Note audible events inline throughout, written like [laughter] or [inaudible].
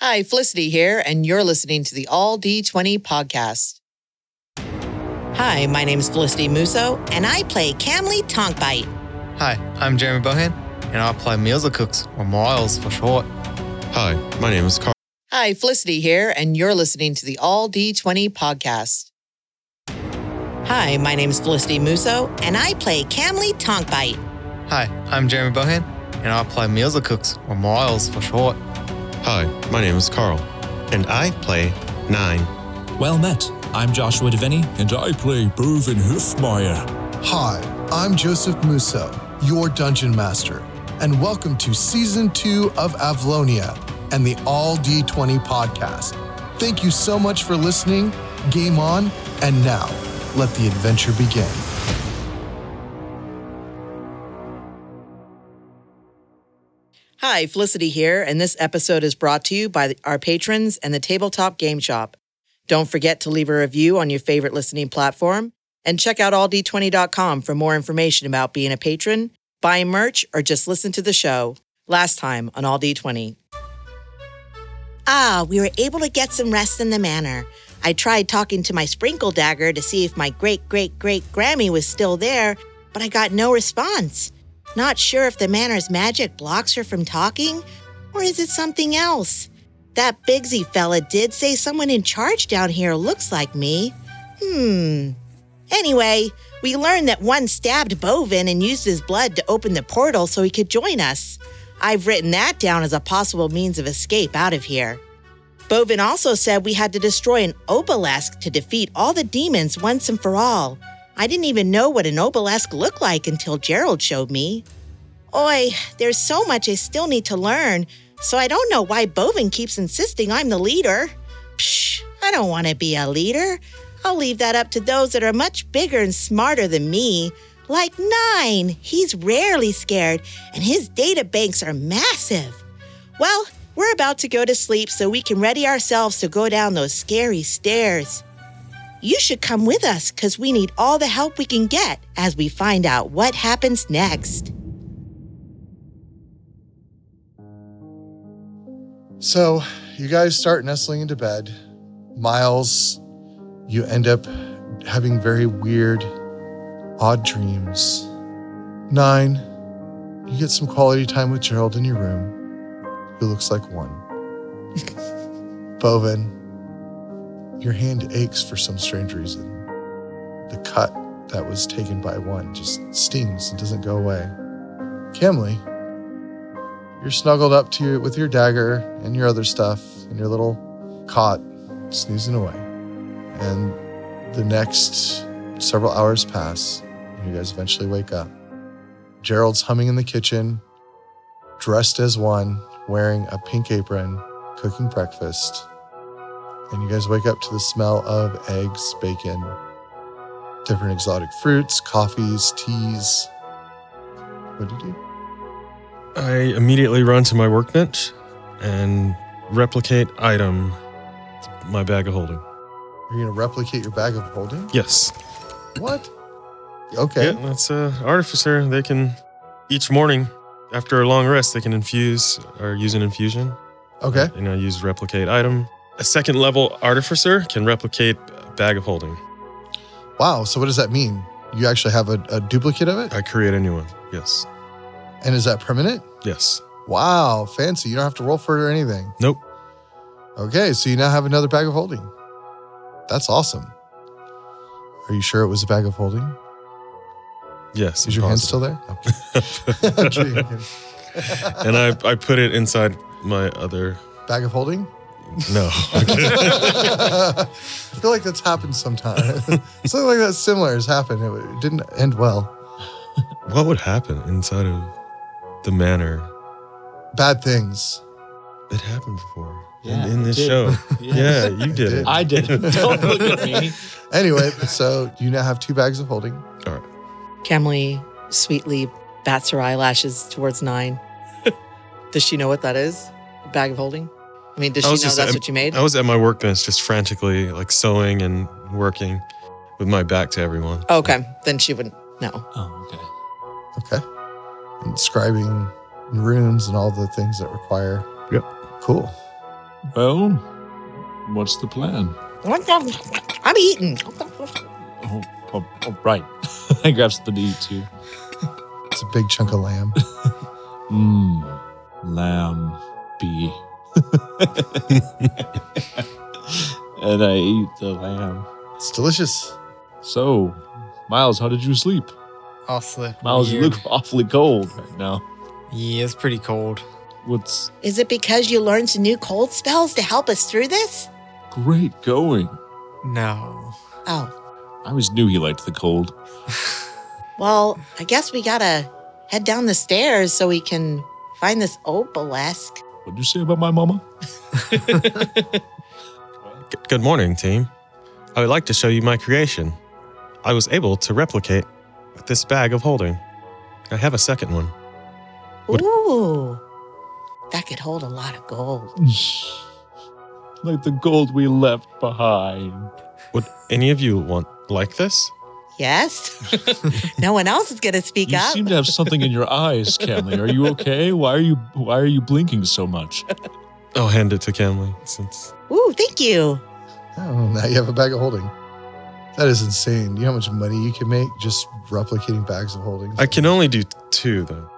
Hi, Felicity here, and you're listening to the All D20 podcast. Hi, my name's Felicity Musso, and I play Camly Tonkbite. Hi, I'm Jeremy Bohan, and I play Meals of Cooks, or Miles for short. Hi, my name is Carl. Hi, Felicity here, and you're listening to the All D20 podcast. Hi, my name's Felicity Musso, and I play Camly Tonkbite. Hi, I'm Jeremy Bohan, and I play Meals of Cooks, or Miles for short. Hi, my name is Carl, and I play nine. Well met. I'm Joshua Deviney, and I play Boven Hufmeyer. Hi, I'm Joseph Musso, your Dungeon Master, and welcome to Season 2 of Avlonia and the All D20 podcast. Thank you so much for listening. Game on, and now let the adventure begin. Hi, Felicity here, and this episode is brought to you by our patrons and the Tabletop Game Shop. Don't forget to leave a review on your favorite listening platform and check out alld20.com for more information about being a patron, buying merch, or just listen to the show. Last time on All D20. Ah, we were able to get some rest in the manor. I tried talking to my sprinkle dagger to see if my great great great Grammy was still there, but I got no response. Not sure if the manor's magic blocks her from talking, or is it something else? That Bigsy fella did say someone in charge down here looks like me. Hmm. Anyway, we learned that one stabbed Bovin and used his blood to open the portal so he could join us. I've written that down as a possible means of escape out of here. Bovin also said we had to destroy an obelisk to defeat all the demons once and for all. I didn't even know what an obelisk looked like until Gerald showed me. Oi, there's so much I still need to learn, so I don't know why Bovin keeps insisting I'm the leader. Psh, I don't want to be a leader. I'll leave that up to those that are much bigger and smarter than me. Like Nine, he's rarely scared, and his data banks are massive. Well, we're about to go to sleep so we can ready ourselves to go down those scary stairs. You should come with us because we need all the help we can get as we find out what happens next. So you guys start nestling into bed. Miles, you end up having very weird, odd dreams. Nine, you get some quality time with Gerald in your room, who looks like one. Bovin, your hand aches for some strange reason. The cut that was taken by one just stings and doesn't go away. Kimley, you're snuggled up to your, with your dagger and your other stuff in your little cot, snoozing away. And the next several hours pass, and you guys eventually wake up. Gerald's humming in the kitchen, dressed as one, wearing a pink apron, cooking breakfast. And you guys wake up to the smell of eggs, bacon, different exotic fruits, coffees, teas. What do you do? I immediately run to my workbench and replicate item my bag of holding. You're gonna replicate your bag of holding? Yes. What? Okay. Yeah, that's a artificer. They can each morning after a long rest they can infuse or use an infusion. Okay. And I use replicate item. A second level artificer can replicate bag of holding. Wow. So what does that mean? You actually have a, a duplicate of it? I create a new one. Yes. And is that permanent? Yes. Wow, fancy. You don't have to roll for it or anything. Nope. Okay, so you now have another bag of holding. That's awesome. Are you sure it was a bag of holding? Yes. Is your hand still positive. there? No. [laughs] I'm kidding, I'm kidding. and I, I put it inside my other Bag of holding? [laughs] no. I feel like that's happened sometime. [laughs] Something like that similar has happened. It didn't end well. what would happen inside of the manor? Bad things. It happened before. Yeah, in, in it this did. [laughs] show. yeah, you It did did. it. I [laughs] [laughs] did. Don't look at me. Anyway, so you now have two bags of holding. All right. Camly sweetly bats her eyelashes towards [laughs] nine. does she know what that is? Bag of holding? I mean, does I she know was that's just- I- what you made? I was at my workbench just frantically like sewing and working with my back to everyone. okay, then she wouldn't know. Oh, okay. Okay. Inscribing runes and all the things that require. Yep. Cool. Well, what's the plan? I'm eating. Oh, oh, oh [laughs] right. I grabs the meat too. It's a big chunk of lamb. Mmm, lamb, bee. [laughs] and I eat the lamb. It's delicious. So, Miles, how did you sleep? I'll slip. Miles, you Weird. look awfully cold right now. Yeah, it's pretty cold. What's Is it because you learned some new cold spells to help us through this? great going? No. Oh, I always knew he liked the cold. well, I guess we gotta head down the stairs so we can find this obelisk. What'd you say about my mama? G- good morning, team. I would like to show you my creation. I was able to replicate with this bag of holding. I have a second one. What- Ooh, that could hold a lot of gold. [sighs] like the gold we left behind. Would any of you want like this? Yes? [laughs] [laughs] no one else is gonna speak You up. seem to have something in your eyes, Camley. Are you okay? Why are you Why are you blinking so much? I'll hand it to Camley since Ooh, thank you. Oh, now you have a bag of holding. That is insane. You know how much money you can make just replicating bags of holdings? I can only do t- two though.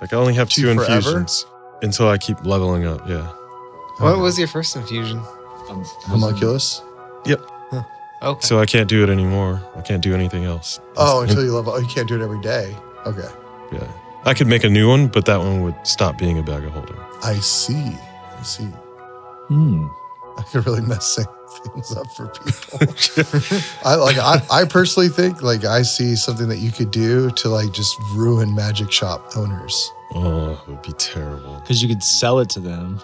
Like I only have Two two, forever? infusions until I keep leveling up. Yeah. Oh, What was your first infusion? I'm, homunculus? Okay. So I can't do it anymore. I can't do anything else. Oh, until you level. Oh, you can't do it every day. Okay. yeah. I could make a new one, but that one would stop being a bag of holding. I see. I see. Hmm. [laughs] I could really mess things up for people. [laughs] I like. I, I personally think like I see something that you could do to like just ruin magic shop owners. Oh, it would be terrible. Because you could sell it to them.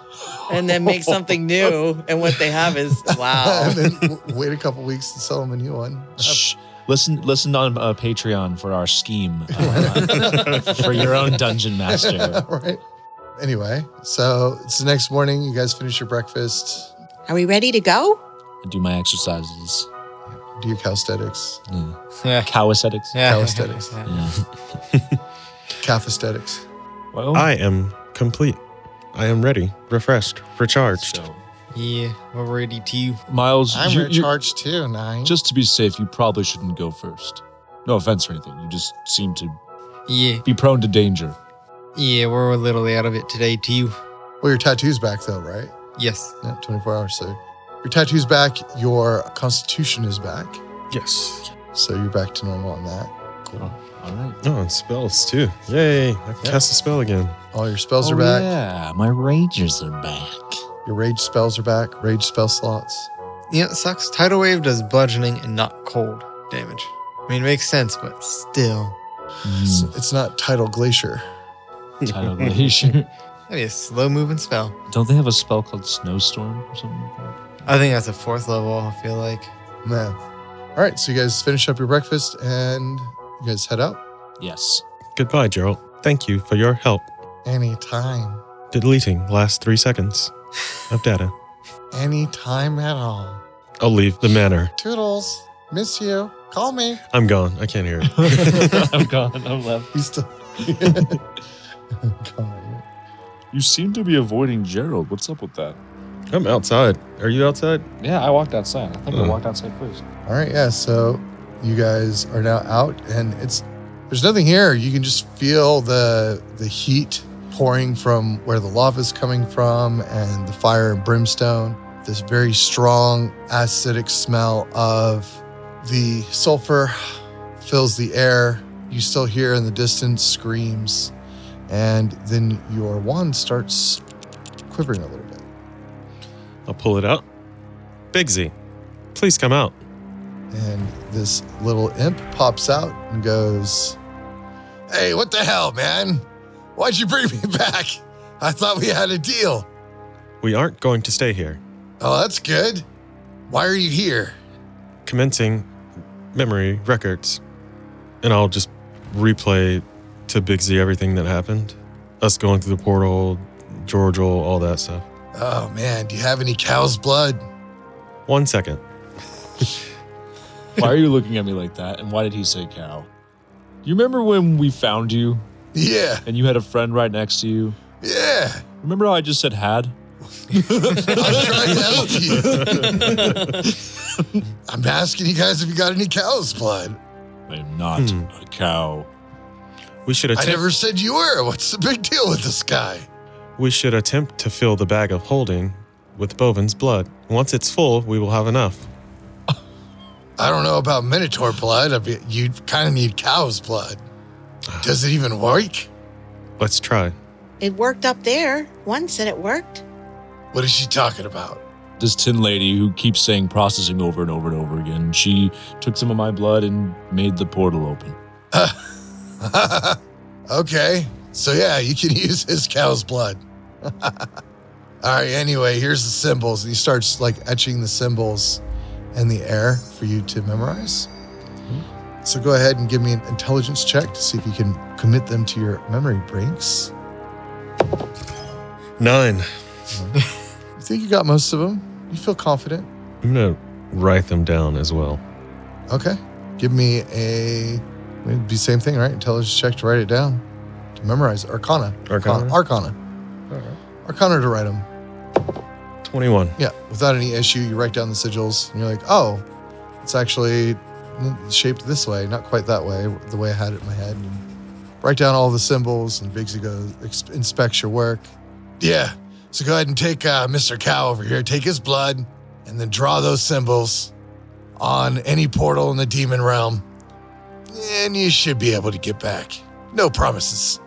And then make [laughs] something new. And what they have is wow. and then w- wait a couple weeks and sell them a new one. [laughs] Shh. Listen, listen on uh, Patreon for our scheme uh, for your own dungeon master. All right. Anyway, so it's the next morning. You guys finish your breakfast, Are we ready to go? I do my exercises. do your calisthenics, Yeah. yeah. Cow aesthetics. Yeah. Calisthenics. Yeah. Yeah. calisthenics. Well, I am complete. I am ready, refreshed, recharged. so- [laughs] Yeah, we're ready too. Miles, I'm you- you- recharged too, nine. just to be safe, you probably shouldn't go first. No offense or anything. You just seem to Yeah, be prone to danger. yeah, we're a little out of it today too. well, your tattoo's back though, right? Yes. Yeah, 24 hours. So your tattoo's back. Your constitution is back. Yes. So you're back to normal on that. All right. Oh, and spells too. Yay. I can cast a spell again. All your spells are back. Oh, Yeah, my rangers are back. Your rage spells are back. Rage spell slots. Yeah, it sucks. Tidal wave does bludgeoning and not cold damage. I mean, it makes sense, but still, Hmm. So it's not tidal glacier. Tidal [laughs] glacier. that'd be a slow moving spell. Don't they have a spell called snowstorm or something like that? I think that's a fourth level. I feel like. Man. All right. So you guys finish up your breakfast and you guys head out. Yes. Goodbye, Gerald. Thank you for your help. Anytime. Deleting last three seconds of data. Anytime at all. I'll leave the manor. Toodles, miss you. Call me. I'm gone. I can't hear it. I'm gone. I'm left. He's [laughs] still. God. You seem to be avoiding Gerald. What's up with that? I'm outside. Are you outside? Yeah, I walked outside. I think Uh. I walked outside first. All right, yeah. So you guys are now out, and it's there's nothing here. You can just feel the the heat pouring from where the lava is coming from, and the fire and brimstone. This very strong acidic smell of the sulfur fills the air. You still hear in the distance screams, and then your wand starts quivering a little bit. I'll pull it out. Bigsy, please come out. And this little imp pops out and goes, Hey, what the hell, man? Why'd you bring me [laughs] back? I thought we had a deal. We aren't going to stay here. Oh, that's good. Why are you here? Commencing memory records. And I'll just replay to Bigsy everything that happened. Us going through the portal, Georgial, all that stuff. Oh, man, do you have any cow's blood? [laughs] One second. [laughs] Why are you looking at me like that? And why did he say cow? You remember when we found you Yeah, and you had a friend right next to you? yeah. Hmm. Remember how I just said had? I'm trying to help you. [laughs] I'm asking you guys if you got any cow's blood. I'm not Hmm. a cow. We should attempt. I never said you were. What's the big deal with this guy? We should attempt to fill the bag of holding with Bovin's blood. Once it's full, we will have enough. I don't know about Minotaur blood. I mean, you kind of need cow's blood. Does it even work? Let's try. It worked up there. One said it worked. What is she talking about? [laughs] This tin lady who keeps saying processing over and over and over again, she took some of my blood and made the portal open. okay. So, yeah, you can [laughs] use his cow's blood. [laughs] All right. Anyway, here's the symbols. And he starts like etching the symbols in the air for you to memorize. So, go ahead and give me an intelligence check to see if you can commit them to your memory brinks. Nine. You think you got most of them? You feel confident? I'm gonna write them down as well. Okay. Give me a. It'd be same thing, right? Intelligence check to write it down, to memorize Arcana. Arcana? Arcana. Arcana to write them. Twenty-one. Yeah, without any issue, you write down the sigils and you're like, oh, it's actually shaped this way, not quite that way, the way I had it in my head. And write down all the symbols and Bigsy goes, ex- inspects your work. Yeah, so go ahead and take uh, Mr. Cow over here, take his blood, and then draw those symbols on any portal in the demon realm. And you should be able to get back. No promises.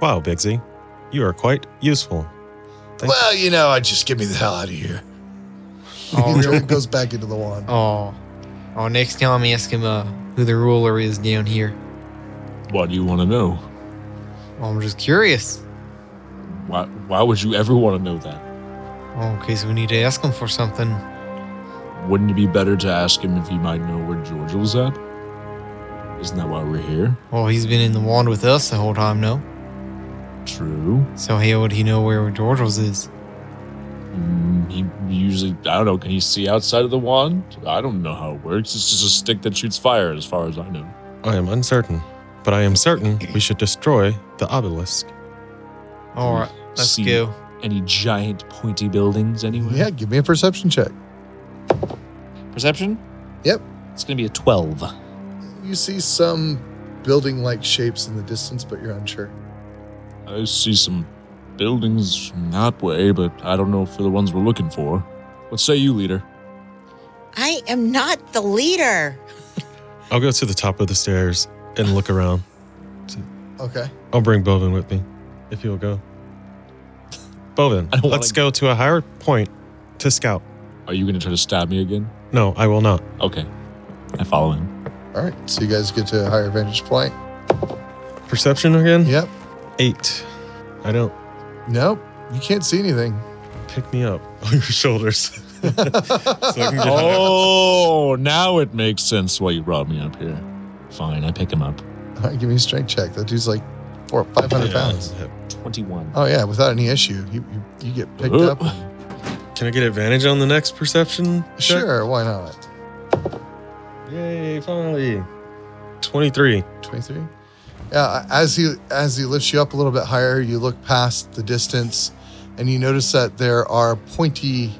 Wow, Bigsy, you are quite useful. Thank- Well, you know, I just get me the hell out of here. Oh, [laughs] he goes back into the wand. Oh. Oh, next time I ask him uh, who the ruler is down here. What do you want to know? Oh, I'm just curious. Why, why would you ever want to know that? Oh, in case we need to ask him for something. Wouldn't it be better to ask him if he might know where Georgial's at? Isn't that why we're here? Well, he's been in the wand with us the whole time, no? True. So how would he know where Georgios is? Mm, he usually, I don't know, can he see outside of the wand? I don't know how it works. It's just a stick that shoots fire, as far as I know. I am uncertain, but I am certain we should destroy the obelisk. All right, let's See go. Any giant pointy buildings anywhere? Yeah, give me a perception check. Perception? Yep. It's going to be a 12. You see some building like shapes in the distance, but you're unsure. I see some buildings from that way, but I don't know if they're the ones we're looking for. What say you, leader? I am not the leader. I'll go to the top of the stairs and look around. Okay. I'll bring Bovin with me, if you'll go. Bovin, I don't let's wanna- go to a higher point to scout. Are you going to try to stab me again? No, I will not. Okay. I follow him. All right. So you guys get to a higher vantage point. Perception again? Yep. Eight. I don't Nope. You can't see anything. [laughs] pick me up [laughs] on your shoulders. [laughs] So I can get higher. Oh, now it makes sense why you brought me up here. Fine, I pick him up. All right, give me a strength check. That dude's like four, 500 Yeah, pounds. yeah. 21. Oh, yeah. Without any issue, you, you, you get picked Ooh. up. Can I get advantage on the next perception? check? Sure. Why not? Yay, finally. 23. 23. Yeah. As he, as he lifts you up a little bit higher, you look past the distance and you notice that there are pointy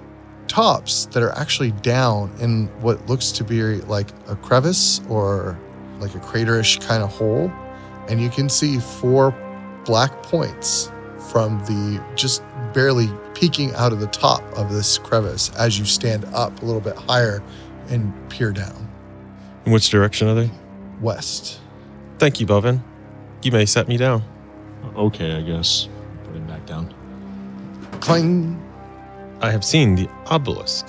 tops that are actually down in what looks to be like a crevice or like a craterish kind of hole. And you can see four black points from the just barely peeking out of the top of this crevice as you stand up a little bit higher and peer down In which direction are they? west. Thank you, Bovin. You may set me down. Okay, I guess. Put him back down. Clang. I have seen the obelisk.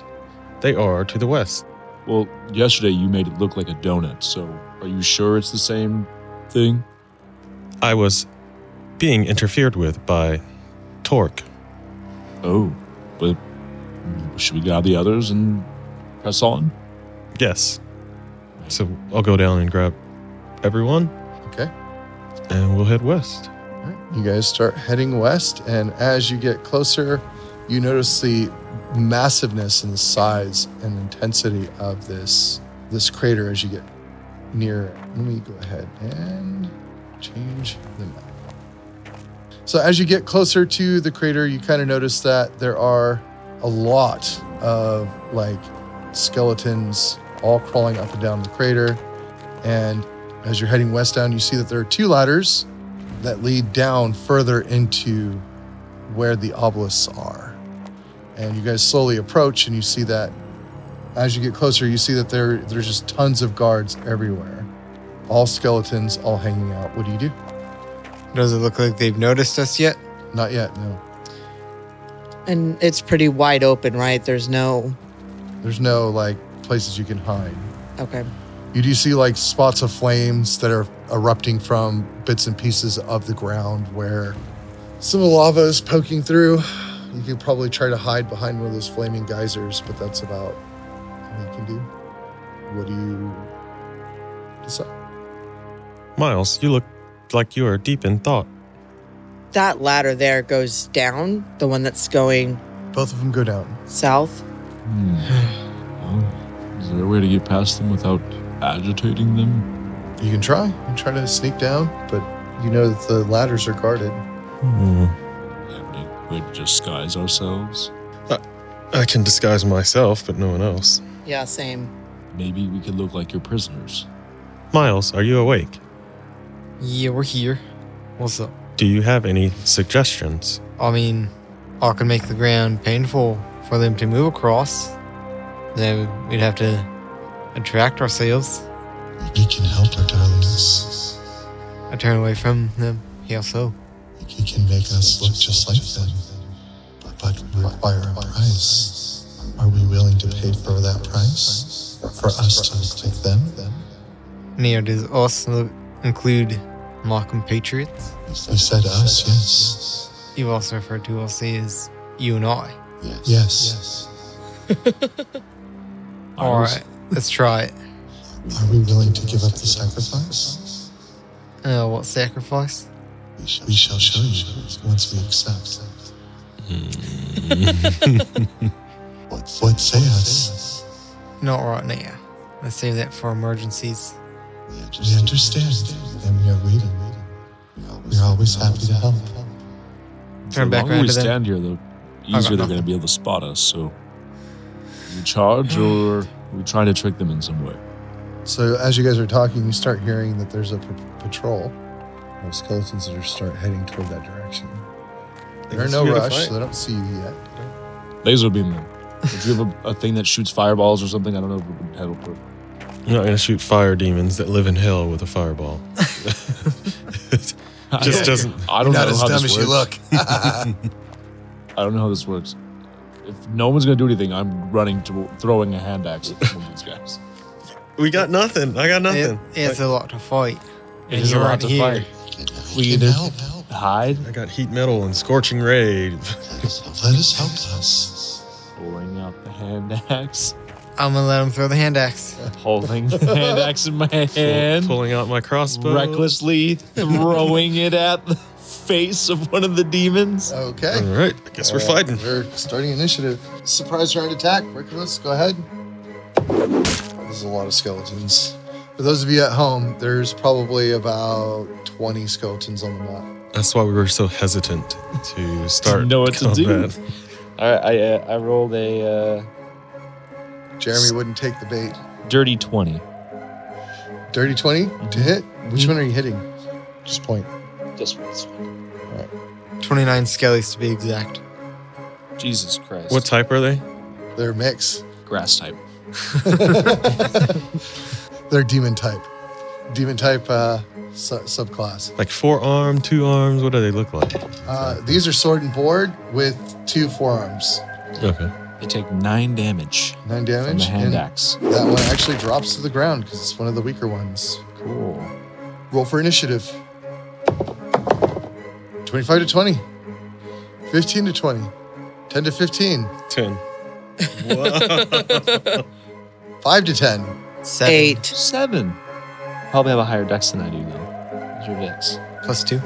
They are to the west. Well, yesterday you made it look like a donut, so are you sure it's the same thing? I was being interfered with by Torque. Oh, but should we grab the others and press on? Yes. So I'll go down and grab everyone Okay. and we'll head west. All right, You guys start heading west, and as you get closer, you notice the massiveness and the size and intensity of this this crater as you get near. Let me go ahead and change the map. So as you get closer to the crater, you kind of notice that there are a lot of like skeletons all crawling up and down the crater. And as you're heading west down, you see that there are two ladders that lead down further into where the obelisks are. And you guys slowly approach and you see that as you get closer, you see that there there's just tons of guards everywhere. All skeletons, all hanging out. What do you do? Does it look like they've noticed us yet? Not yet, no. And it's pretty wide open, right? There's no. There's no like places you can hide. Okay. You do see like spots of flames that are erupting from bits and pieces of the ground where some of the lava is poking through. You could probably try to hide behind one of those flaming geysers, but that's about all you can do. What do you decide? Miles, you look like you are deep in thought. That ladder there goes down, the one that's going Both of them go down. south. Hmm. Well, Hmm. is there a way to get past them without agitating them? You can try. You can try to sneak down, but you know that the ladders are guarded. Hmm. And we would disguise ourselves. I can disguise myself, but no one else. Yeah, same. Maybe we could look like your prisoners. Miles, are you awake? Yeah, we're here. What's up? Do you have any suggestions? I mean, I could make the ground painful for them to move across. Then we'd have to attract ourselves. He can help our darlings. I turn away from them. Yeah, so. He can make us look just like them, but require a price. Are we willing to pay for that price? For us to look like them? Neo, does also include my compatriots? You said us, You also refer to us as you and I. yes. Yes. All Miles, right, let's try it. Are we willing to give up the sacrifice? Uh, what sacrifice? We shall show you once we accept. What say us? Not right now. Let's save that for emergencies. We understand, and we are waiting. We are always happy to help. Turn the back longer around we to Oh, them. stand here, the got easier they're nothing. going to be able to spot us. So, we charge, or are we trying to trick them in some way? So as you guys are talking, you start hearing that there's a p- patrol of skeletons that are start heading toward that direction. They're in no rush, so they don't see you yet. Laser beam them. If you have a, a thing that shoots fireballs or something, I don't know if it would help. Or, I'm not gonna shoot fire demons that live in hell with a [laughs] fireball. I Just don't- doesn't- I don't know how this works. [laughs] look. I don't know how this works. If no one's going to do anything, I'm running to throwing a hand axe at one of these guys. we got nothing. I got It, nothing. it's a lot to fight. It And is a you're lot right to here. fight. We can did- help. help. Hide, I got heat metal and scorching ray. Let us help us. pulling out the hand axe, I'm gonna let him throw the hand axe. holding the hand axe in my hand. pulling out my crossbow. recklessly throwing it at the face of one of the demons. Okay. All right, I guess we're All right, fighting. We're starting initiative. Surprise round attack. Rickolas, go ahead. There's a lot of skeletons. For those of you at home, there's probably about 20 skeletons on the map. That's why we were so hesitant to start. Didn't know what to do. combat. All right, I uh, I rolled a Jeremy wouldn't take the bait. uh, Dirty 20. Dirty 20 to hit. Which Mm-hmm. one are you hitting? Just point. uh, just once. 29 skellies to be exact. Jesus Christ! What type are they? They're mix. Grass type. They're demon type. Demon type uh, su- subclass. Like four arm, two arms. What do they look like? Uh, these are sword and board with two forearms. Okay. They take nine damage from Nine the damage. hand and axe. that one actually drops to the ground because it's one of the weaker ones. Cool. Roll for initiative. 25 to 20. 15 to 20. 10 to 15. Ten. 5 to 10. Seven Eight. Seven. Probably have a higher dex than I do though. What's your dex? plus two.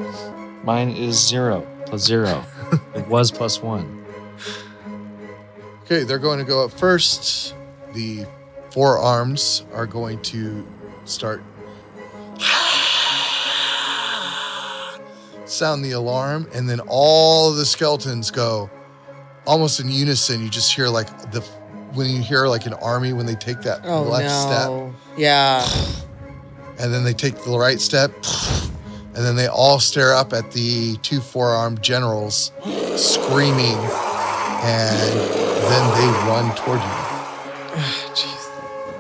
Mine is zero plus [laughs] zero. it was plus one. Okay, they're going to go up first. The forearms are going to start [sighs] sound the alarm, and then all the skeletons go almost in unison. You just hear like the when you hear like an army when they take that Oh left step, no. Yeah. and then they take the right step, and then they all stare up at the two four-armed generals screaming, and then they run toward you.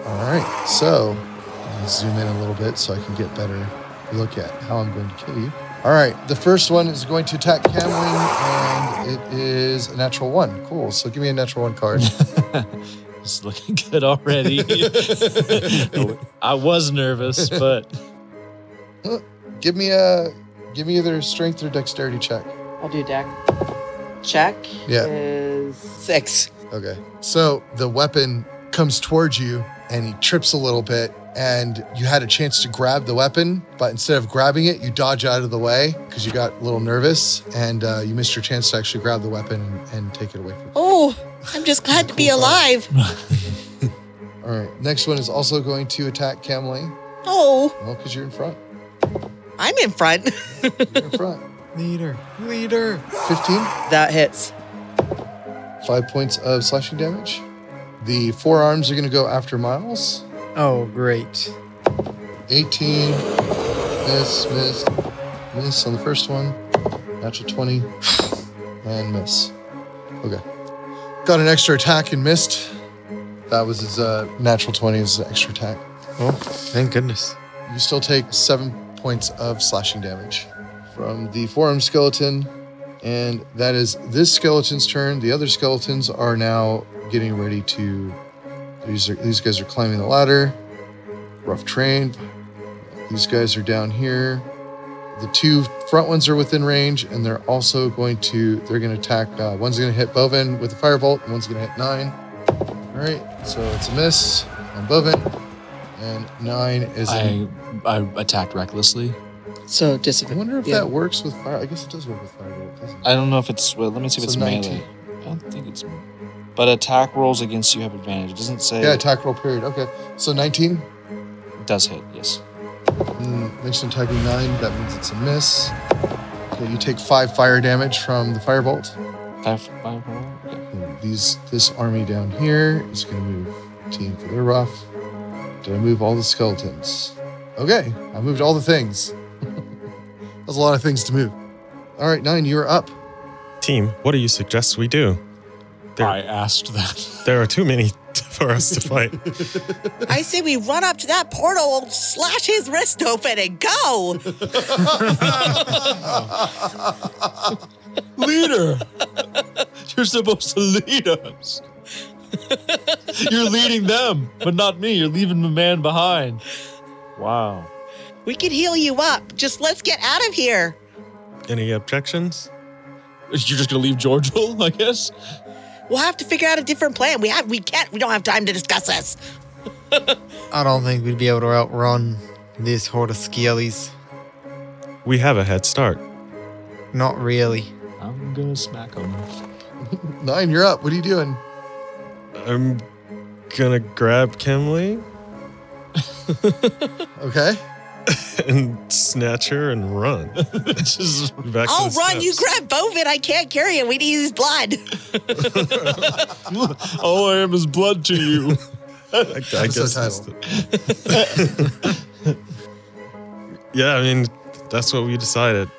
All right, so I'll zoom in a little bit so I can get better look at how I'm going to kill you. All right, the first one is going to attack Camwing, and it is a natural one. Cool. So give me a natural one [laughs] card. [laughs] It's looking good [laughs] already. I was nervous, [laughs] but give me a give me either strength or dexterity check. I'll do deck. Check Yeah. is six. Okay. So the weapon comes towards you and he trips a little bit. And you had a chance to grab the weapon, but instead of grabbing it, you dodge out of the way because you got a little nervous and uh, you missed your chance to actually grab the weapon and, and take it away from Oh, I'm just glad to be Cool. alive. you. All right. Next one is also going to attack Camely. Oh, Well, because you're in front. I'm in front. You're in front. [laughs] Leader, leader. 15. that hits. Five points of slashing damage. The forearms are going to go after Miles. Oh, great. 18. Miss, miss, miss on the first one. Natural 20. And miss. Okay. Got an extra attack and missed. That was his uh, natural 20 is an extra attack. Oh, thank goodness. You still take seven points of slashing damage from the forearm skeleton. And that is this skeleton's turn. The other skeletons are now getting ready to. These, are, these guys are climbing the ladder. Rough terrain. These guys are down here. The two front ones are within range, and they're also going to. They're going to attack. Uh, one's going to hit Bovin with a firebolt, and one's going to hit nine. All right, so it's a miss on Bovin, and nine is a I I attacked recklessly. So I disadvantage. wonder if Yeah. that works with fire. I guess it does work with firebolt, doesn't it? I don't know if it's. Well, let me see if So it's 19. melee. I don't think it's. But attack rolls against you have advantage. It doesn't say. yeah, attack roll period. Okay. So 19 it does hit. Yes. mm, makes an attacking 9. That means it's a miss. Okay, you take 5 fire damage from the firebolt. Five, five roll. Yeah. [laughs] And These, this army down here is going to move 15 for their rough. Did I move all the skeletons? Okay, I moved all the things. [laughs] That's a lot of things to move. All right, 9, you're up. Team, what do you suggest we do? There- I asked that. There are too many [laughs] for us to fight. I say we run up to that portal, slash his wrist open, and go. leader! You're supposed to lead us. You're leading them, but not me. You're leaving the man behind. Wow. We can heal you up. Just let's get out of here. Any objections? You're just gonna leave Georgial, I guess? We'll have to figure out a different plan. We have, we can't, we don't have time to discuss this. I don't think we'd be able to outrun this horde of skellies. We have a head start. Not really. I'm gonna smack him. 9, you're up. What are you doing? I'm gonna grab Kimley Okay. and snatch her and run. [laughs] Just- Back to I'll the run. You steps. grab Bovin. I can't carry him. We need his blood. all I am is blood to you. I That's the guess that's the- [laughs] yeah, I mean, that's what we decided.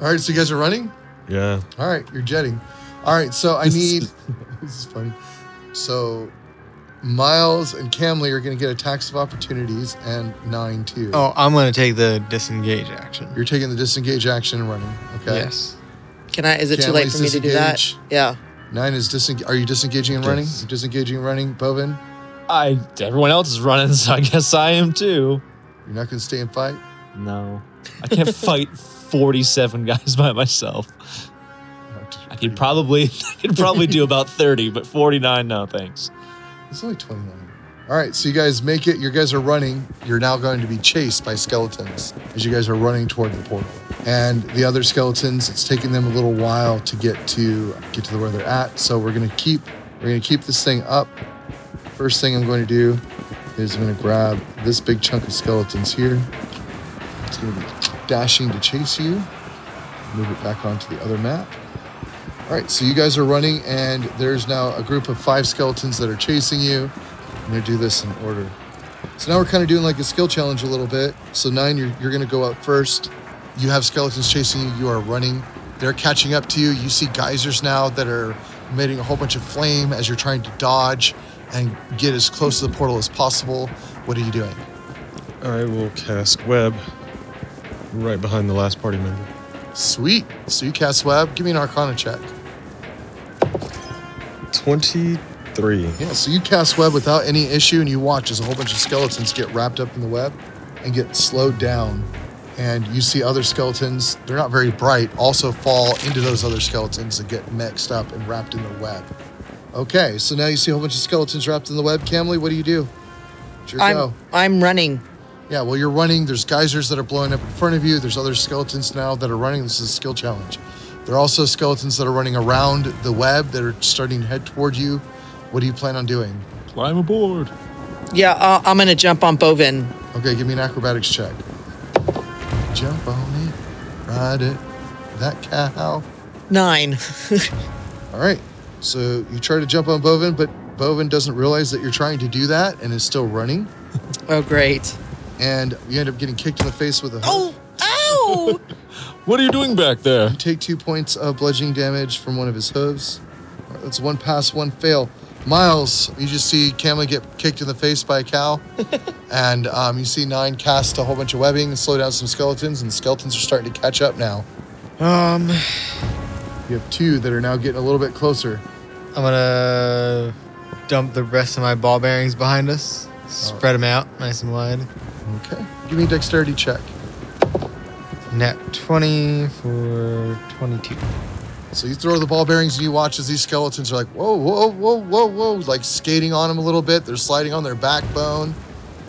All right, so you guys are running? Yeah. All right, you're jetting. All right, so I need. [laughs] this is funny. So, Miles and Camley are going to get attacks of opportunities and nine too. Oh, I'm gonna take the disengage action. You're taking the disengage action and running. Okay. Yes. Can I? Is Can't lose disengage. Yeah. Nine is disengage. Are you disengaging and running? Yes. You're disengaging and running, Bovin. I. Everyone else is running, so I guess I am too. You're not going to stay and fight. No, I can't fight 47 guys by myself. I could probably, I could probably do about 30, but 49, no, thanks. It's only 29. All right, so you guys make it. You guys are running. You're now going to be chased by skeletons as you guys are running toward the portal. And the other skeletons, it's taking them a little while to get to get to where they're at. So we're gonna keep we're gonna keep this thing up. First thing I'm going to do is I'm gonna grab this big chunk of skeletons here. It's gonna be dashing to chase you. move it back onto the other map. All right, so you guys are running, and there's now a group of five skeletons that are chasing you. I'm gonna do this in order. So now we're kind of doing like a skill challenge a little bit. So nine, you're, you're gonna go out first. You have skeletons chasing you. You are running. They're catching up to you. You see geysers now that are emitting a whole bunch of flame as you're trying to dodge and get as close to the portal as possible. What are you doing? I will cast web right behind the last party member. Sweet. So you cast web. Give me an Arcana check. 23. Yeah, so you cast web without any issue, and you watch as a whole bunch of skeletons get wrapped up in the web and get slowed down. And you see other skeletons, they're not very bright, also fall into those other skeletons and get mixed up and wrapped in the web. Okay, so now you see a whole bunch of skeletons wrapped in the web. Camly, what do you do? It's your I'm, go. I'm running. Yeah, well, you're running. There's geysers that are blowing up in front of you. There's other skeletons now that are running. This is a skill challenge. There are also skeletons that are running around the web that are starting to head toward you. What do you plan on doing? Climb aboard. Yeah, uh, I'm going to jump on Bovin. Okay, give me an acrobatics check. Jump on it, ride it, that cow. Nine. [laughs] All right, so you try to jump on Bovin, but Bovin doesn't realize that you're trying to do that and is still running. oh, great. And you end up getting kicked in the face with a hook. Oh, [laughs] ow! What are you doing back there? You take two points of bludgeoning damage from one of his hooves. Alright, That's one pass, one fail. Miles, you just see Camley get kicked in the face by a cow, and um, you see Nine cast a whole bunch of webbing and slow down some skeletons, and skeletons are starting to catch up now. Um, You have two that are now getting a little bit closer. I'm gonna dump the rest of my ball bearings behind us, spread them out nice and wide. Okay, give me a dexterity check. Net 20 for 22. So you throw the ball bearings and you watch as these skeletons are like, whoa, whoa, whoa, whoa, whoa, like skating on them a little bit. They're sliding on their backbone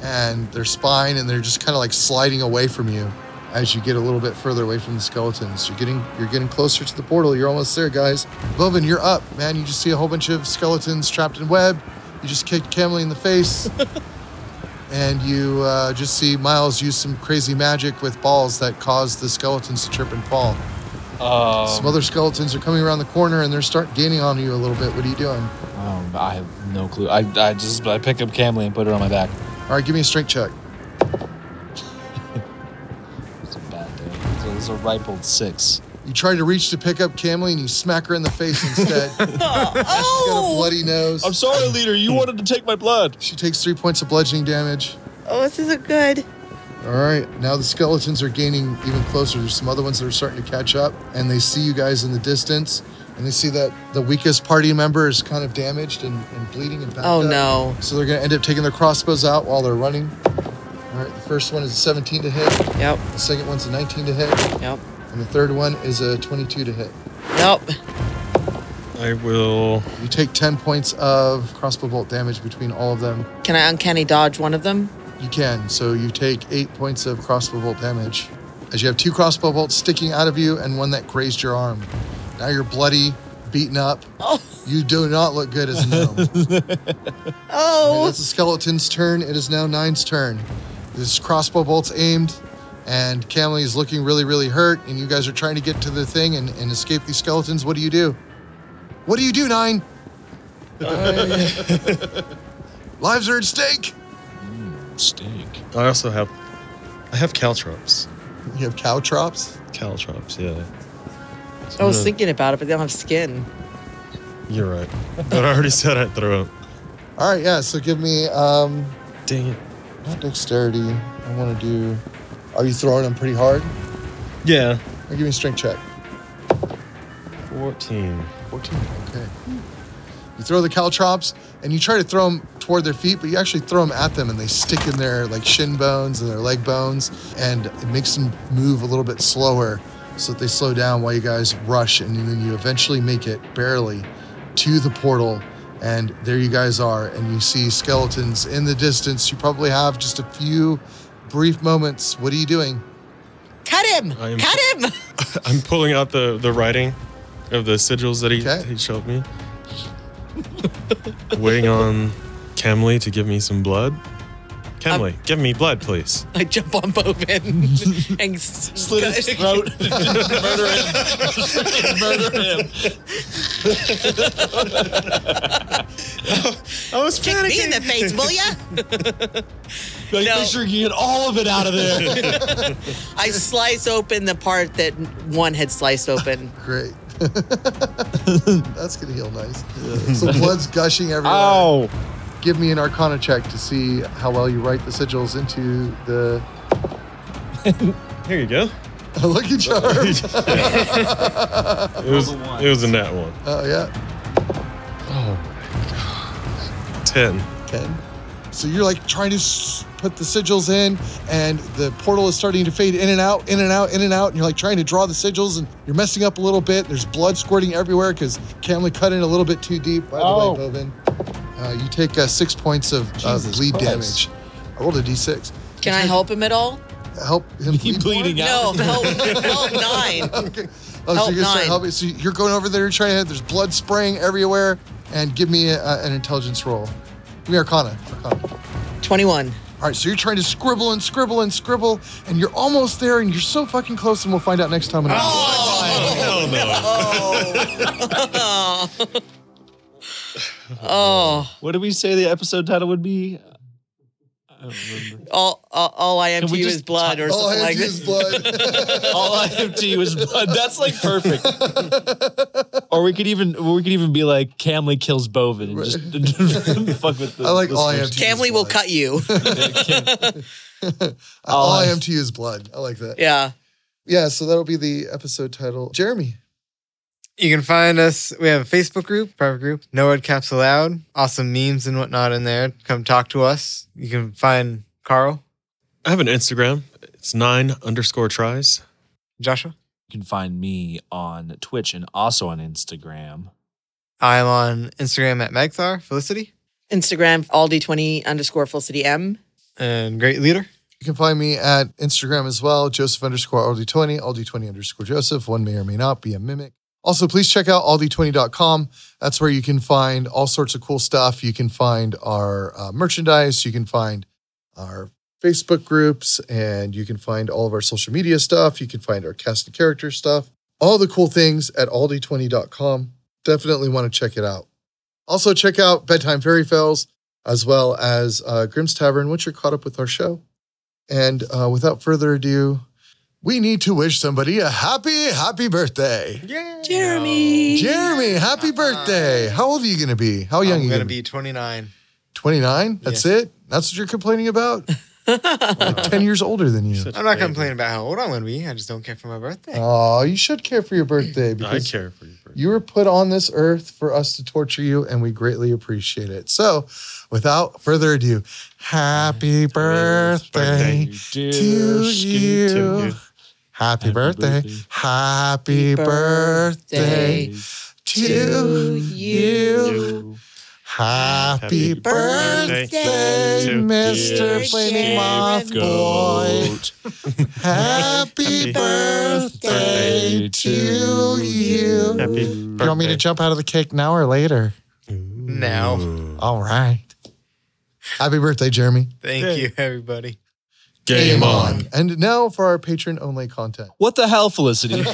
and their spine, and they're just kind of like sliding away from you as you get a little bit further away from the skeletons. You're getting you're getting closer to the portal. You're almost there, guys. Bovin, you're up, man. You just see a whole bunch of skeletons trapped in web. You just kicked Camely in the face. And you uh, just see Miles use some crazy magic with balls that cause the skeletons to trip and fall. Um, Some other skeletons are coming around the corner and they're start gaining on you a little bit. What are you doing? um, I have no clue. I, I just I pick up Camley and put it on my back. All right, give me a strength check. It's a bad day. It's a, it's a ripe old six. You try to reach to pick up Camley and you smack her in the [laughs] face instead. She's got a oh, bloody nose. I'm sorry, leader. You wanted to take my blood. She takes three points of bludgeoning damage. oh, this isn't good. All right, now the skeletons are gaining even closer. There's some other ones that are starting to catch up, and they see you guys in the distance, and they see that the weakest party member is kind of damaged and, and bleeding and backed Oh, up. no. So they're going to end up taking their crossbows out while they're running. All right, the first one is a 17 to hit, Yep, the second one's a 19 to hit, yep, And the third one is a 22 to hit. nope. I will. You take 10 points of crossbow bolt damage between all of them. Can I uncanny dodge one [laughs] of them? You can, so you take 8 points of crossbow bolt damage. As you have two crossbow bolts sticking out of you and one that grazed your arm. Now you're bloody, beaten up. Oh. You do not look good as a gnome. Okay, Oh, that's the skeleton's turn. It is now Nine's turn. This crossbow bolt's aimed, and Camely is looking really, really hurt, and you guys are trying to get to the thing and, and escape these skeletons. What do you do? What do you do, Nine? Lives are at stake. Steak. I also have. I have caltrops. You have cow traps. Caltrops, yeah. So I was I'm gonna- thinking about it, but they don't have skin. You're right. But I already said I'd throw up. All right, yeah. So give me um, Dang it. not dexterity. I want to do. Are you throwing them pretty hard? Yeah. Or give me a strength check. 14. 14. Okay. You throw the caltrops and you try to throw them toward their feet, but you actually throw them at them and they stick in their like shin bones and their leg bones, and it makes them move a little bit slower so that they slow down while you guys rush, and then you eventually make it barely to the portal. And there you guys are, and you see skeletons in the distance. You probably have just a few brief moments. What are you doing? Cut him! I am- Cut him! I'm pulling out the, the writing of the sigils that he, Okay. he showed me. Waiting on Camley to give me some blood. Kenley, give me blood, please. [laughs] I jump on Bovin and s- Slit [laughs] his throat. murder him. murder him. I was Kick me in the face, will ya? Like, No. Make sure you get all of it out of there. I slice open the part that one had sliced open. Great. [laughs] That's gonna heal nice. So blood's gushing everywhere. Ow. Give me an Arcana check to see how well you write the sigils into the [laughs] [laughs] Here you go. lucky charm. It was it was in that one. Oh yeah, Ten. ten. So you're like trying to s- put the sigils in, and the portal is starting to fade in and out, in and out, in and out, and you're like trying to draw the sigils, and you're messing up a little bit. There's blood squirting everywhere because Camley cut in a little bit too deep. By the Oh. way, Bovin, uh, you take uh, six points of uh, Jesus bleed Christ. damage. I rolled a d6. Can I help him at all? Help him Keep bleed bleeding out. No, help, [laughs] help nine. [laughs] Okay. Oh, so Help you're, nine. gonna start helping. so you're going over there, you're trying to, there's blood spraying everywhere, and give me uh an intelligence roll. Give me Arcana. Arcana. 21. All right, so you're trying to scribble and scribble and scribble, and you're almost there, and you're so fucking close, and we'll find out next time. in- [laughs] Hell no. Oh. oh. [laughs] What did we say the episode title would be? I don't remember. All, all, all I am Can to we you just is blood or All I something have like to use this. blood. All IMT was [laughs] blood. That's like perfect. or we could even or we could even be like Camley kills Bovin and just [laughs] fuck with the I like all I have listeners. to use Camley will blood. cut you. All I I'll- am to use blood. I like that. yeah. Yeah, so that'll be the episode title. Jeremy. You can find us. We have a Facebook group, private group, No Red Caps Allowed. Awesome memes and whatnot in there. Come talk to us. You can find Carl, I have an Instagram. It's nine underscore tries. Joshua. You can find me on Twitch and also on Instagram. I'm on Instagram at Magthar Felicity Instagram, Aldi20 underscore full city M. and Great Leader. You can find me at Instagram as well, Joseph underscore Aldi20, Aldi20 underscore Joseph. One may or may not be a mimic. Also, please check out Aldi20.com. That's where you can find all sorts of cool stuff. You can find our uh, merchandise, you can find our Facebook groups, and you can find all of our social media stuff. You can find our cast and character stuff, all the cool things at Aldi20.com. Definitely want to check it out. Also, check out Bedtime Fairy Tales as well as uh, Grimm's Tavern once you're caught up with our show. And uh, without further ado, we need to wish somebody a happy, happy birthday. Jeremy. Jeremy, happy birthday. How old are you going to be? How young are I'm you going to Uh-huh. be? be 29. 29? That's it? That's what you're complaining [laughs] about? like 10 years older than you. I'm not complaining about how old I'm going to be. I just don't care for my birthday. Oh, you should care for your birthday I because care for you. Bert. you were put on this earth for us to torture you, and we greatly appreciate it. So, without further ado, happy birthday. Dear to skinny you. Tim, Happy birthday. birthday. Happy birthday to you. you. Happy birthday, to Mr. dear Flaming Moth [laughs] Boy. Goat. Happy Happy birthday birthday to to you. you. Do Happy you want me to birthday. jump out of the cake now or later? Now. All right. Happy birthday, Jeremy. Thank you, everybody. Game on. And now for our patron only content. What the hell, Felicity?